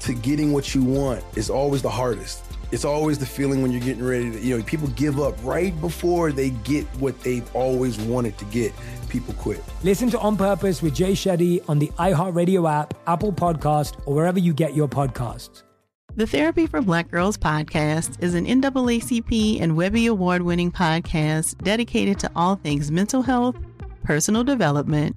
to getting what you want is always the hardest. It's always the feeling when you're getting ready to, you know, people give up right before they get what they've always wanted to get. People quit.
Listen to On Purpose with Jay Shetty on the iHeartRadio app, Apple Podcast, or wherever you get your podcasts.
The Therapy for Black Girls podcast is an NAACP and Webby Award winning podcast dedicated to all things mental health, personal development,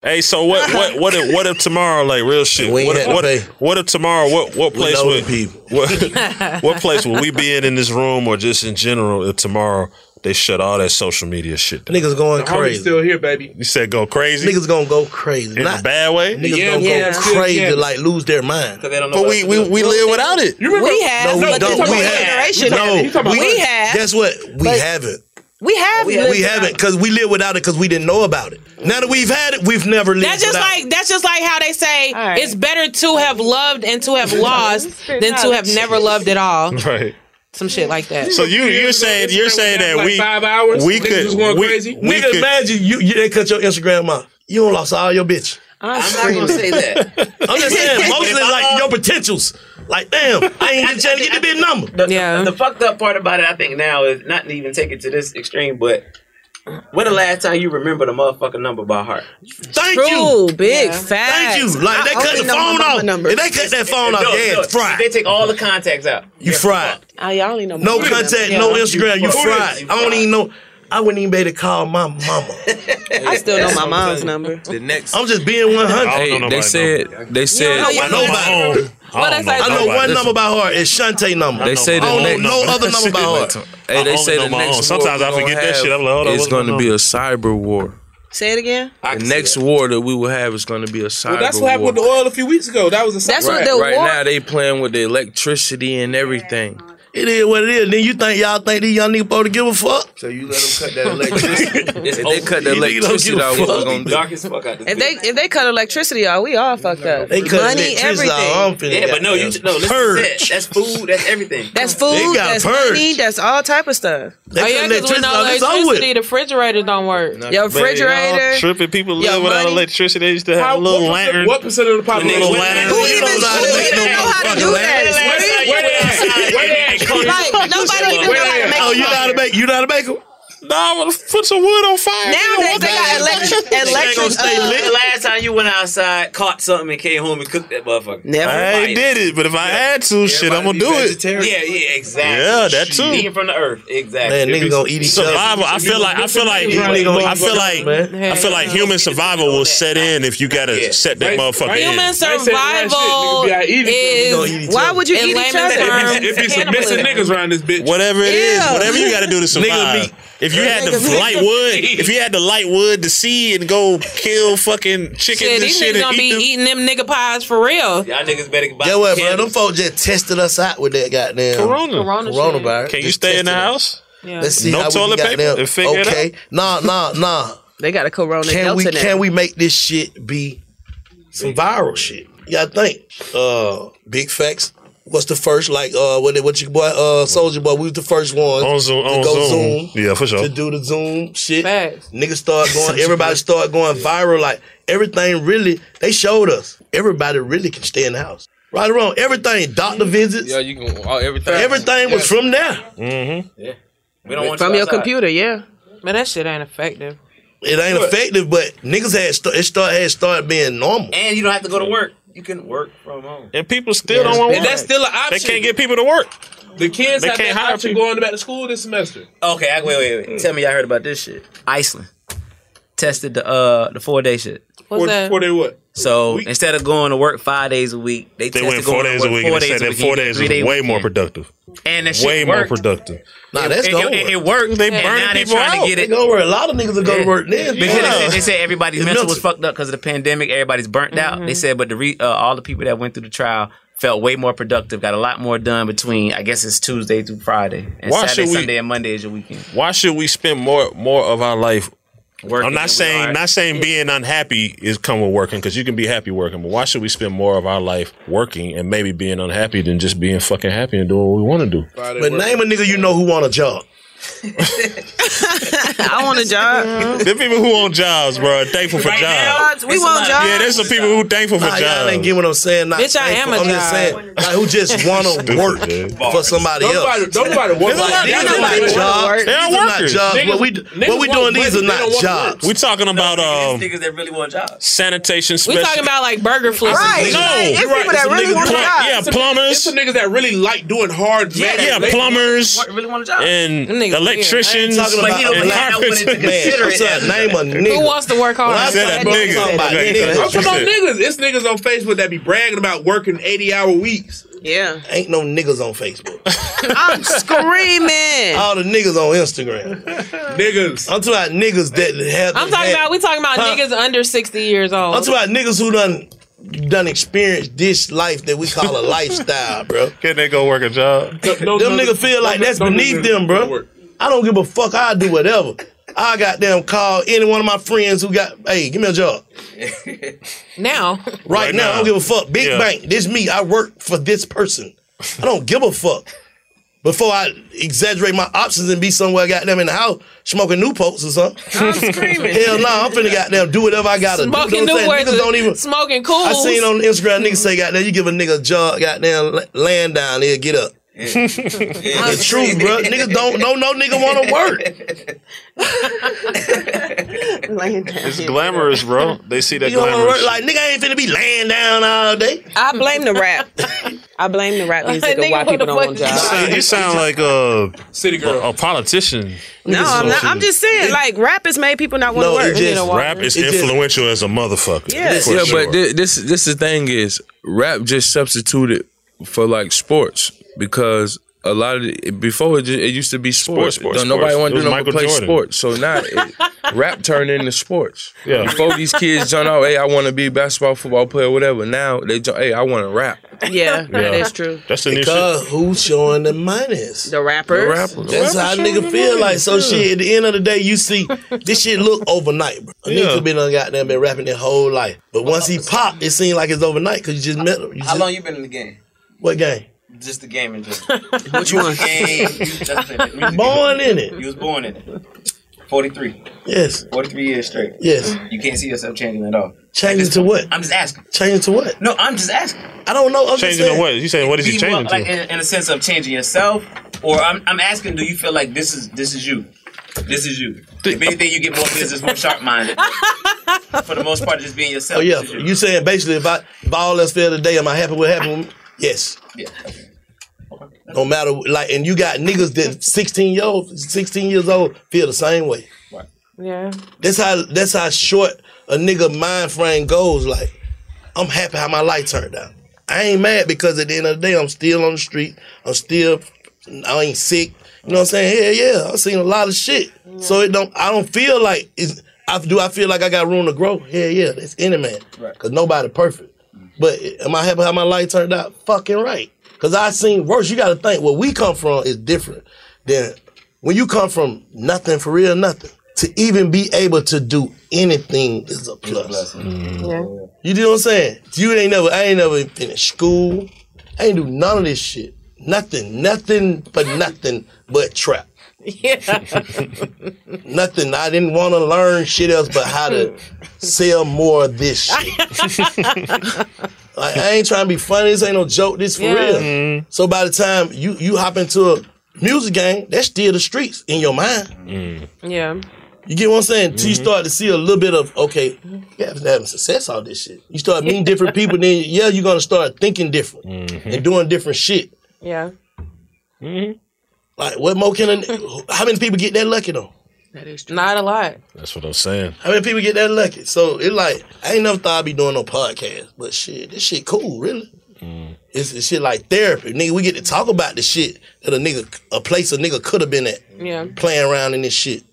Hey, so what? What? What? If, what if tomorrow, like real shit?
We ain't
What? If,
had to
what,
pay.
what if tomorrow? What? What
We
place
know
would?
the people.
What, what place would we be in in this room, or just in general, if tomorrow they shut all that social media shit down?
Niggas going
The homie's
crazy.
Still here, baby.
You said go crazy.
Niggas gonna go crazy.
In a
Not
bad way?
Niggas
Yeah,
gonna
yeah.
go crazy,
Yeah.
like lose their mind.
But we we, we live without it.
You remember-
We have,
No, we
but
don't.
this
We
whole
have.
generation.
No,
has it. we have.
Guess what? We haven't.
We have.
We,
lived
haven't because we live without it because we didn't know about it. Now that we've had it, we've never lived.
That's just
without
like that's just like how they say
right.
it's better to have loved and to have lost than to have never loved at all.
Right.
Some shit like that.
So you you're saying you're saying that we we could we, we
Nigga,
could
imagine you you they cut your Instagram out. You don't lost all your bitch.
I'm not gonna say that.
I'm just saying, mostly like your potentials. Like damn, I ain't get a chance to get the big number.
The, yeah. the, fucked up part about it, I think now is not to even take it to this extreme, but when the last time you remember the motherfucking number by heart?
Thank
True, you, big
Yeah.
fact.
Thank you. Like, they cut the phone off. If they cut that phone off, yeah, it's fried. They take all the contacts out.
You fried.
I only know
No
my
contact,
number.
no
Yeah.
Instagram. You fried. I don't even know. I wouldn't even be able to call my mama.
I still know my mom's number.
The next.
I'm just being 100.
Hey, they said. They said.
I don't know nobody.
I don't know
I know
nobody.
one
Listen.
number by heart. It's Shantae number.
They say
I
the
don't
next.
know no other number by heart.
Hey, they say the next.
Sometimes I forget that shit. I'm like, hold on,
It's
what's
going to
going
be
on?
a cyber war.
Say it again.
The next war that we will have is going to be a cyber
Well, that's what
war.
happened with the oil a few weeks ago. That was a
right, right now they playing with the electricity and everything.
It is what it is. Then you think y'all think these young niggas supposed to give a fuck? So you let them cut that electricity. if
they cut the electricity out, what we gonna do?
Dark as fuck out
If they if they cut electricity out, we all fucked up.
They cut
money,
electricity
everything.
out, I'm finna
Yeah, but no, you
goddamn
no. Listen to
purge.
that. That's food. That's everything.
That's food.
They got
that's
purged.
money. That's all type of stuff.
They
oh yeah, because with no electricity, the refrigerator don't work.
Your refrigerator.
Tripping people
Your
live without
money.
electricity. They used to have a little lantern.
What percent of the population?
Little lantern.
Who even, who even know how to do that? Like nobody even know how to make.
Oh, you know how to make? You know how to make them?
No, I'm gonna put some wood on fire.
Nowadays they got electric electric. uh,
The last time you went outside, caught something, and came home and cooked that motherfucker.
I ain't did it, but if I had to, shit, I'm gonna do it.
Yeah, yeah, exactly.
Yeah, that too.
Eating from the earth, exactly.
Man, niggas gonna eat each other.
survival. I feel like I feel like I feel like I feel like human survival will set in if you gotta set that motherfucker
Human
in.
survival is
Why would you eat each other?
If it's some missing niggas around this bitch,
Whatever it is,
Yeah.
whatever you got to do to
Nigga
survive.
meat.
If you had to
Nigga meat.
light wood, if you had to light wood to see and go kill fucking chickens
Shit,
and
these
shit
niggas
and
gonna be
eat them.
eating them nigga pies for real.
Y'all niggas better buy
Yeah, what, bro? Them folks just tested us out with that goddamn
Corona.
Corona shit.
coronavirus.
Can you
Just
stay in the
tested us.
house?
Let's see
No
how
toilet
we can
paper?
goddamn-
And figure it
okay.
out?
Nah, nah, nah.
They got a corona
Can
delta
we
now.
can we make this shit be some viral shit? Yeah, I think. Uh, big facts. What's the first like? Uh, what what you boy? Uh, Soldier boy. We was the first ones
On Zoom,
to
on
go
Zoom. Yeah, for sure.
To do the Zoom shit. Niggas start going. Everybody start going viral. Like everything really. They showed us. Everybody really can stay in the house. Right or wrong, everything, doctor visits,
Yeah, you can. Oh, everything.
everything was from there.
Mm-hmm.
Yeah.
We don't want
From
you
your
outside.
computer,
yeah. Man, that shit ain't effective.
It ain't effective, but niggas had st- it start had started being normal.
And you don't have to go to work. You can work from home.
And people still
Yeah,
don't want
and
work.
that's still an option.
They can't get people to work.
The kids
They have can't that hire option people.
going back to school this semester. Okay, I, wait, wait, wait. Tell me y'all heard about this shit. Iceland tested the uh the four day shit.
What's Four- that?
Four day what? So instead of going to work five days a week, they,
They
tested
went four
going
days
to
a
work
week
four
and they
days
said that
a week,
four days
three
is
day
way
weekend.
more productive.
And that shit
way more
worked.
productive.
Nah, that's It- it- gonna it- work. it worked. They And burning now they're people trying to out. get it-
They gonna work. A lot of niggas are gonna work then.
Because they, said, they said everybody's
It's
mental, was
mental.
fucked up because of the pandemic. Everybody's burnt out. They said, but the re, uh, all the people that went through the trial felt way more productive. Got a lot more done between. I guess it's Tuesday through Friday, and
Why
Saturday,
should we-
Sunday, and Monday is your weekend.
Why should we spend more more of our life?
Working
I'm
than we
not saying
are-
not saying being unhappy is come with working because you can be happy working, but why should we spend more of our life working and maybe being unhappy than just being fucking happy and doing what we want to do?
But name a nigga you know who want a job.
I want a job.
There people who want jobs, bro, are thankful for
Right
jobs.
now, we It's a want lot. jobs.
Yeah, there's some people who thankful for
Nah, y'all
jobs.
ain't get what I'm saying. Not
Bitch, I am
thankful.
a
I'm just
job.
saying, like, who just want to work for somebody
Nobody-
else?
nobody want-
like,
There's a lot
these are
of
not
niggas wanna
jobs.
work.
These
They're
are not
workers.
jobs.
Niggas-
What we
niggas
what we doing?
want
These are
money. They don't
not
want
jobs.
We talking about um
Niggas that really want jobs.
sanitation.
We
special-
talking about like burger flips.
Right. No. It's people
Right,
that
some
really
niggas
want
that-
jobs. Yeah,
Some-
plumbers.
It's some niggas that really like doing hard.
Yeah,
math.
yeah,
They-
plumbers
really want a job.
and
Them niggas weird.
electricians
I ain't talking about- But he don't
and
like, I
carpenters.
wanted to consider it as-
Name a nigga.
Who wants to work hard?
When I
Said
talk
a
about
nigga.
somebody,
Exactly.
niggas- I'm
That's what
talking about
you
niggas. It's niggas on Facebook that be bragging about working 80 hour weeks.
Yeah.
Ain't no niggas on Facebook.
I'm screaming.
All the niggas on Instagram.
niggas.
I'm talking about niggas that have.
I'm talking
had-
about we talking about
Huh?
niggas under sixty years old.
I'm talking about niggas who done done experienced this life that we call a lifestyle, bro.
Can they go work a job?
them niggas feel like that's beneath them, bro. I don't give a fuck. I do whatever. I got them call any one of my friends who got, hey, give me a job.
now.
Right, now, I don't give a fuck. Big
Yeah.
bank, this me. I work for this person. I don't give a fuck. Before I exaggerate my options and be somewhere goddamn in the house smoking new pokes or something.
I'm screaming.
Hell no, I'm finna goddamn do whatever I gotta
Smoking
do. You know what I'm
Newports
saying?
and
Niggas don't even
smoking Cools.
I seen on Instagram niggas say goddamn you give a nigga a job, goddamn la- land down there, get up. the truth, bro. Niggas don't no no nigga wanna work.
It's glamorous, bro. They see that
You don't wanna
glamorous.
work like nigga I ain't finna be laying down all day.
I blame the rap. I blame the rap music of
Nigga,
why
what
people
the
don't want
fuck
You
jobs.
sound, you sound like a city girl, a, a politician.
No, I'm not. I'm just saying, like, rap has made people not want to
No, it
work.
just- You know what?
rap is
It just-
influential as a motherfucker.
Yeah,
for sure.
but thi- this this is the thing is rap just substituted for like sports because a lot of the, before it, just, it used to be sports.
Sports, sports,
Don't nobody
sports.
want to
It was
do nothing
Michael
but play
Jordan.
sports. So now it, rap turned into sports.
Yeah.
Before these kids jump out, hey, I want to be a basketball, football player, whatever. Now they jump, hey, I want to rap.
Yeah, that
Yeah.
is true.
That's
Because who's showing the minus?
The rappers.
The rappers.
That's how nigga feel like. So shit, at the end of the day, you see, this shit look overnight, bro. A nigga
Yeah.
could been done goddamn been rapping their whole life. But once he popped, it seemed like it's overnight because you just met him. You
How
just-
long you been in the game?
What game?
Just the game in general. Which one? Game.
Born in it.
You was born in it. 43.
Yes.
43 years straight.
Yes.
You can't see yourself changing at all.
Changing to what?
I'm just asking.
Changing to what?
No, I'm just asking.
I don't know. I'm
Changing to what? You saying what is he changing
like,
to?
In, in a sense of changing yourself, or I'm, I'm asking, do you feel like this is this is you? This is you. If anything, you get more business, more sharp minded. For the most part, just being yourself.
Oh yeah, you saying basically if I if all else failed today, am I happy with what happened? with me? Yes.
Yeah.
No matter like, and you got niggas that sixteen year old, sixteen years old feel the same way.
Yeah.
That's how that's how short a nigga mind frame goes. Like, I'm happy how my life turned out. I ain't mad because at the end of the day, I'm still on the street. I'm still, I ain't sick. You know what I'm saying? Hell yeah, I've seen a lot of shit. So it don't, I don't feel like it's. I do. I feel like I got room to grow. Hell yeah, that's any man. Cause nobody perfect. But am I happy how my life turned out? Fucking right. Cause I seen worse. You got to think where we come from is different than when you come from nothing for real, nothing to even be able to do anything is a plus. You know what I'm saying? You ain't never, I ain't never finished school. I ain't do none of this shit. Nothing, nothing, but nothing but trap. Nothing. I didn't want to learn shit else but how to sell more of this shit. Like I ain't trying to be funny. This ain't no joke. This for
Yeah.
real.
Mhm.
So by the time you you hop into a music game, that's still the streets in your mind.
Yeah.
You get what I'm saying? Till
Mm-hmm.
you start to see a little bit of okay, yeah, I'm having success all this shit. You start meeting different people, then yeah, you're gonna start thinking different
Mm-hmm.
and doing different shit.
Yeah. Mm-hmm.
Like what more can a, how many people get that lucky though?
That is true. Not a lot.
That's what I'm saying.
How many people get that lucky? So it like I ain't never thought I'd be doing no podcast, but shit, this shit cool, really.
Mm.
It's, it's shit like therapy, nigga. We get to talk about the shit that a nigga, a place a nigga could have been at,
Yeah.
playing around in this shit.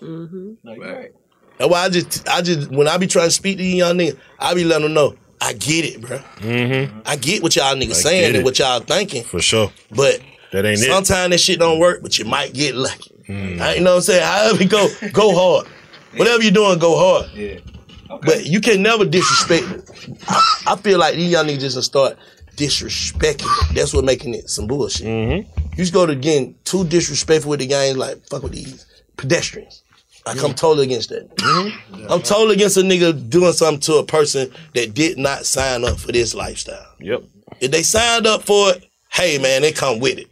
Mm-hmm.
That's why I just, I just, when I be trying to speak to you young niggas, I be letting them know I get it, bro.
Mm-hmm.
I get what y'all niggas
I
saying
get
and
it.
what y'all thinking,
For sure.
but
That ain't it. Hmm.
sometimes that shit don't work, but you might get lucky. I, you know what I'm saying? However, it go go hard. Whatever you're doing, go hard. Yeah. But you can never disrespect. it. I, I feel like these young niggas just gonna start disrespecting. it. That's what making it some bullshit.
Mm-hmm.
You just go to getting too disrespectful with the gangs, like fuck with these pedestrians. Like I'm totally against that. I'm totally against a nigga doing something to a person that did not sign up for this lifestyle.
Yep.
If they signed up for it, hey man, they come with it.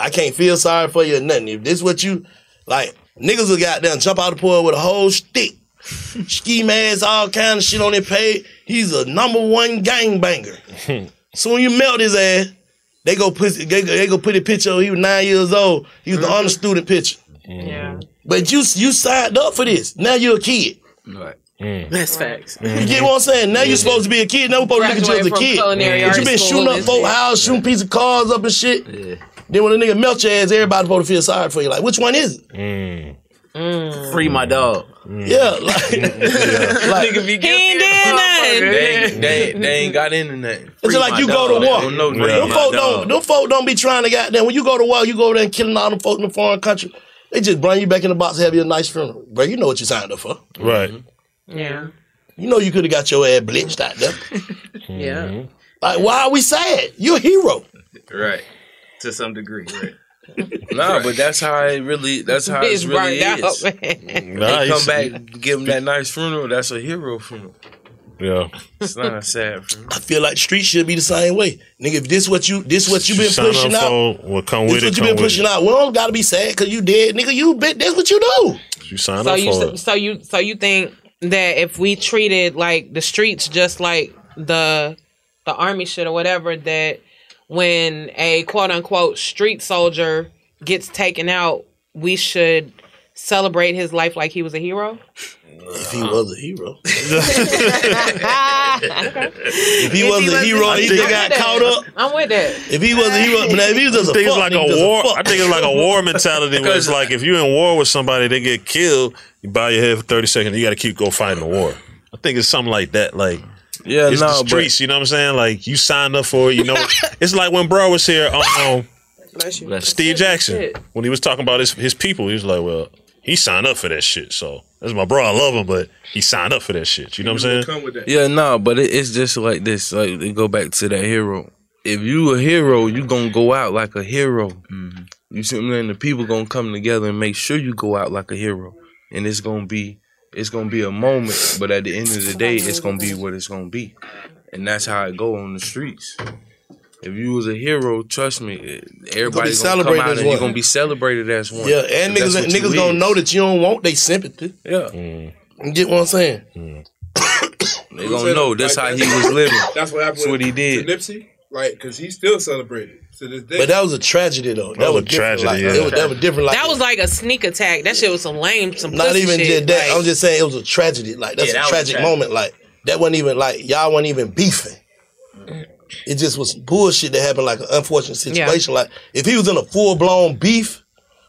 I can't feel sorry for you or nothing. If this what you like, niggas will goddamn jump out the pool with a whole stick. Ski masks, all kind of shit on their page. He's a number one gangbanger. Soon you melt his ass, they go put they, go- they go put a picture. of He was nine years old. He was the honor student picture.
Yeah.
But you you signed up for this. Now you're a kid.
That's facts.
You get what I'm saying? Now you're supposed to be a kid. Now we're supposed to look at you as a
Graduated from
kid.
culinary
But you
arts
been
school
shooting up
and
folk
shit.
houses, shooting pieces of cars up and shit. Then when a nigga melt your ass, everybody supposed to feel sorry for you. Like, which one is it?
Mm.
Mm.
Free my dog.
Yeah, like, like
Nigga be
He ain't did
They,
nothing.
ain't- they ain't- they ain't got
internet.
it's like you go to war.
Don't know
Them folk don't. Them folk don't be trying to goddamn. When you go to war, you go over there and killing all them folk in the foreign country. They just bring you back in the box, have you a nice funeral, bro. You know what you signed up for.
Right.
Yeah.
You know you could have got your ass blitzed out there.
Yeah.
Like, why are we sad? You're a hero.
Right. To some degree, right?
Nah, but that's how it really. That's how
Bitch
it really
burned
is.
out,
They
Nice.
come back, give them that nice funeral. That's a hero funeral.
Yeah.
It's not a sad funeral.
I feel like the street should be the same way, nigga. If this what you this what you been
Sign up
pushing out,
for- well, come
this
with it.
what you
come
been
with
pushing
it.
out. We don't gotta be sad because you dead, nigga. You been that's what you do.
You sign
So
up
you
for
so,
it.
so you so you think that if we treated like the streets just like the the army shit or whatever that when a quote unquote street soldier gets taken out, we should celebrate his life like he was a hero?
If he was a hero,
If
if he was a hero, he just got caught up.
I'm with that.
If he was a hero, but if he was just
I
a
think it's
fuck,
like
nigga, just
a war.
fuck.
I think it's like a war mentality where it's like if you're in war with somebody, they get killed. You bow your head for thirty seconds. You got to keep go fighting the war. I think it's something like that. Like
yeah,
it's the
nah, but-
streets. You know what I'm saying? Like you signed up for it. You know, it's like when bro was here on um,
Bless you.
Steve Jackson
Shit.
when he was talking about his his people. He was like, well, he signed up for that shit. So that's my bro. I love him, but he signed up for that shit. You know what I'm saying?
Yeah, no, but it, it's just like this. Like to go back to that hero. If you a hero, you gonna go out like a hero.
Mm-hmm.
You see what I'm saying? The people gonna come together and make sure you go out like a hero. And it's gonna be it's gonna be a moment, but at the end of the day, it's gonna be what it's gonna be. And that's how it go on the streets. If you was a hero, trust me, it- everybody's gonna,
celebrated
come out
as
and you're
one.
gonna be celebrated as one.
Yeah, and
If that's
niggas
what you
niggas gonna
is.
know that you don't want their sympathy.
Yeah.
Mm.
You get what I'm saying?
They gonna know that's how he was living.
That's what happened.
That's what he
with-
did.
To Nipsey, like, because he still celebrated to this day.
But that was a tragedy though. That,
That
was,
was
different.
tragedy,
Like,
yeah.
it was, that was different. Like,
that was like a sneak attack. That shit was some lame, some
not
pussy
even
shit.
did that. I'm just saying it was a tragedy. Like that's
Yeah, that
a
was a
tragic
tragedy.
moment. Like that wasn't even like y'all weren't even beefing. It just was bullshit that happened. Like an unfortunate situation. Like if he was in a full blown beef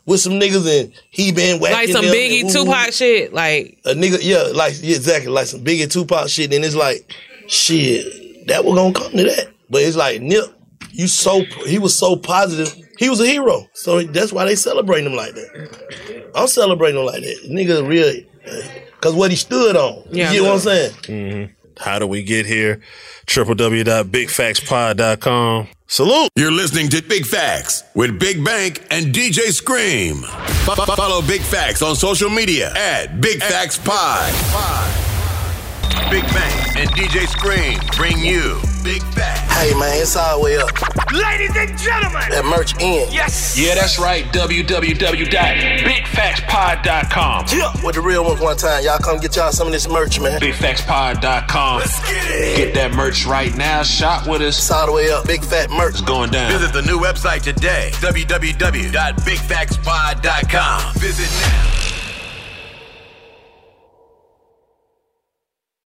with some niggas and he been whacking
like some
them
Biggie
and woo-woo.
Tupac shit. Like
A nigga, yeah, like yeah, exactly, like some Biggie Tupac shit. And it's like, shit, that was gonna come to that. But it's like Nip, you so he was so positive. He was a hero, so that's why they celebrating him like that. I'm celebrating him like that, nigga. Really, cause what he stood on.
Yeah.
you get what I'm saying?
Mhm. How do we get here? www.bigfaxpod.com. Salute.
You're listening to Big Facts with Big Bank and DJ Scream. Fo- fo- Follow Big Facts on social media at Big Facts Pod. Big Bang and DJ Scream bring you Big Facts.
Hey man, it's all the way up.
Ladies and gentlemen,
That merch in. Yes.
Yeah, that's right. www.bigfaxpod.com.
Yeah. With the real ones one time. Y'all come get y'all some of this merch, man.
Bigfaxpod.com. Get that merch right now. Shop with us.
It's all the way up. Big fat merch.
It's going down.
Visit the new website today, www.bigfactspod.com. Visit now.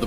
The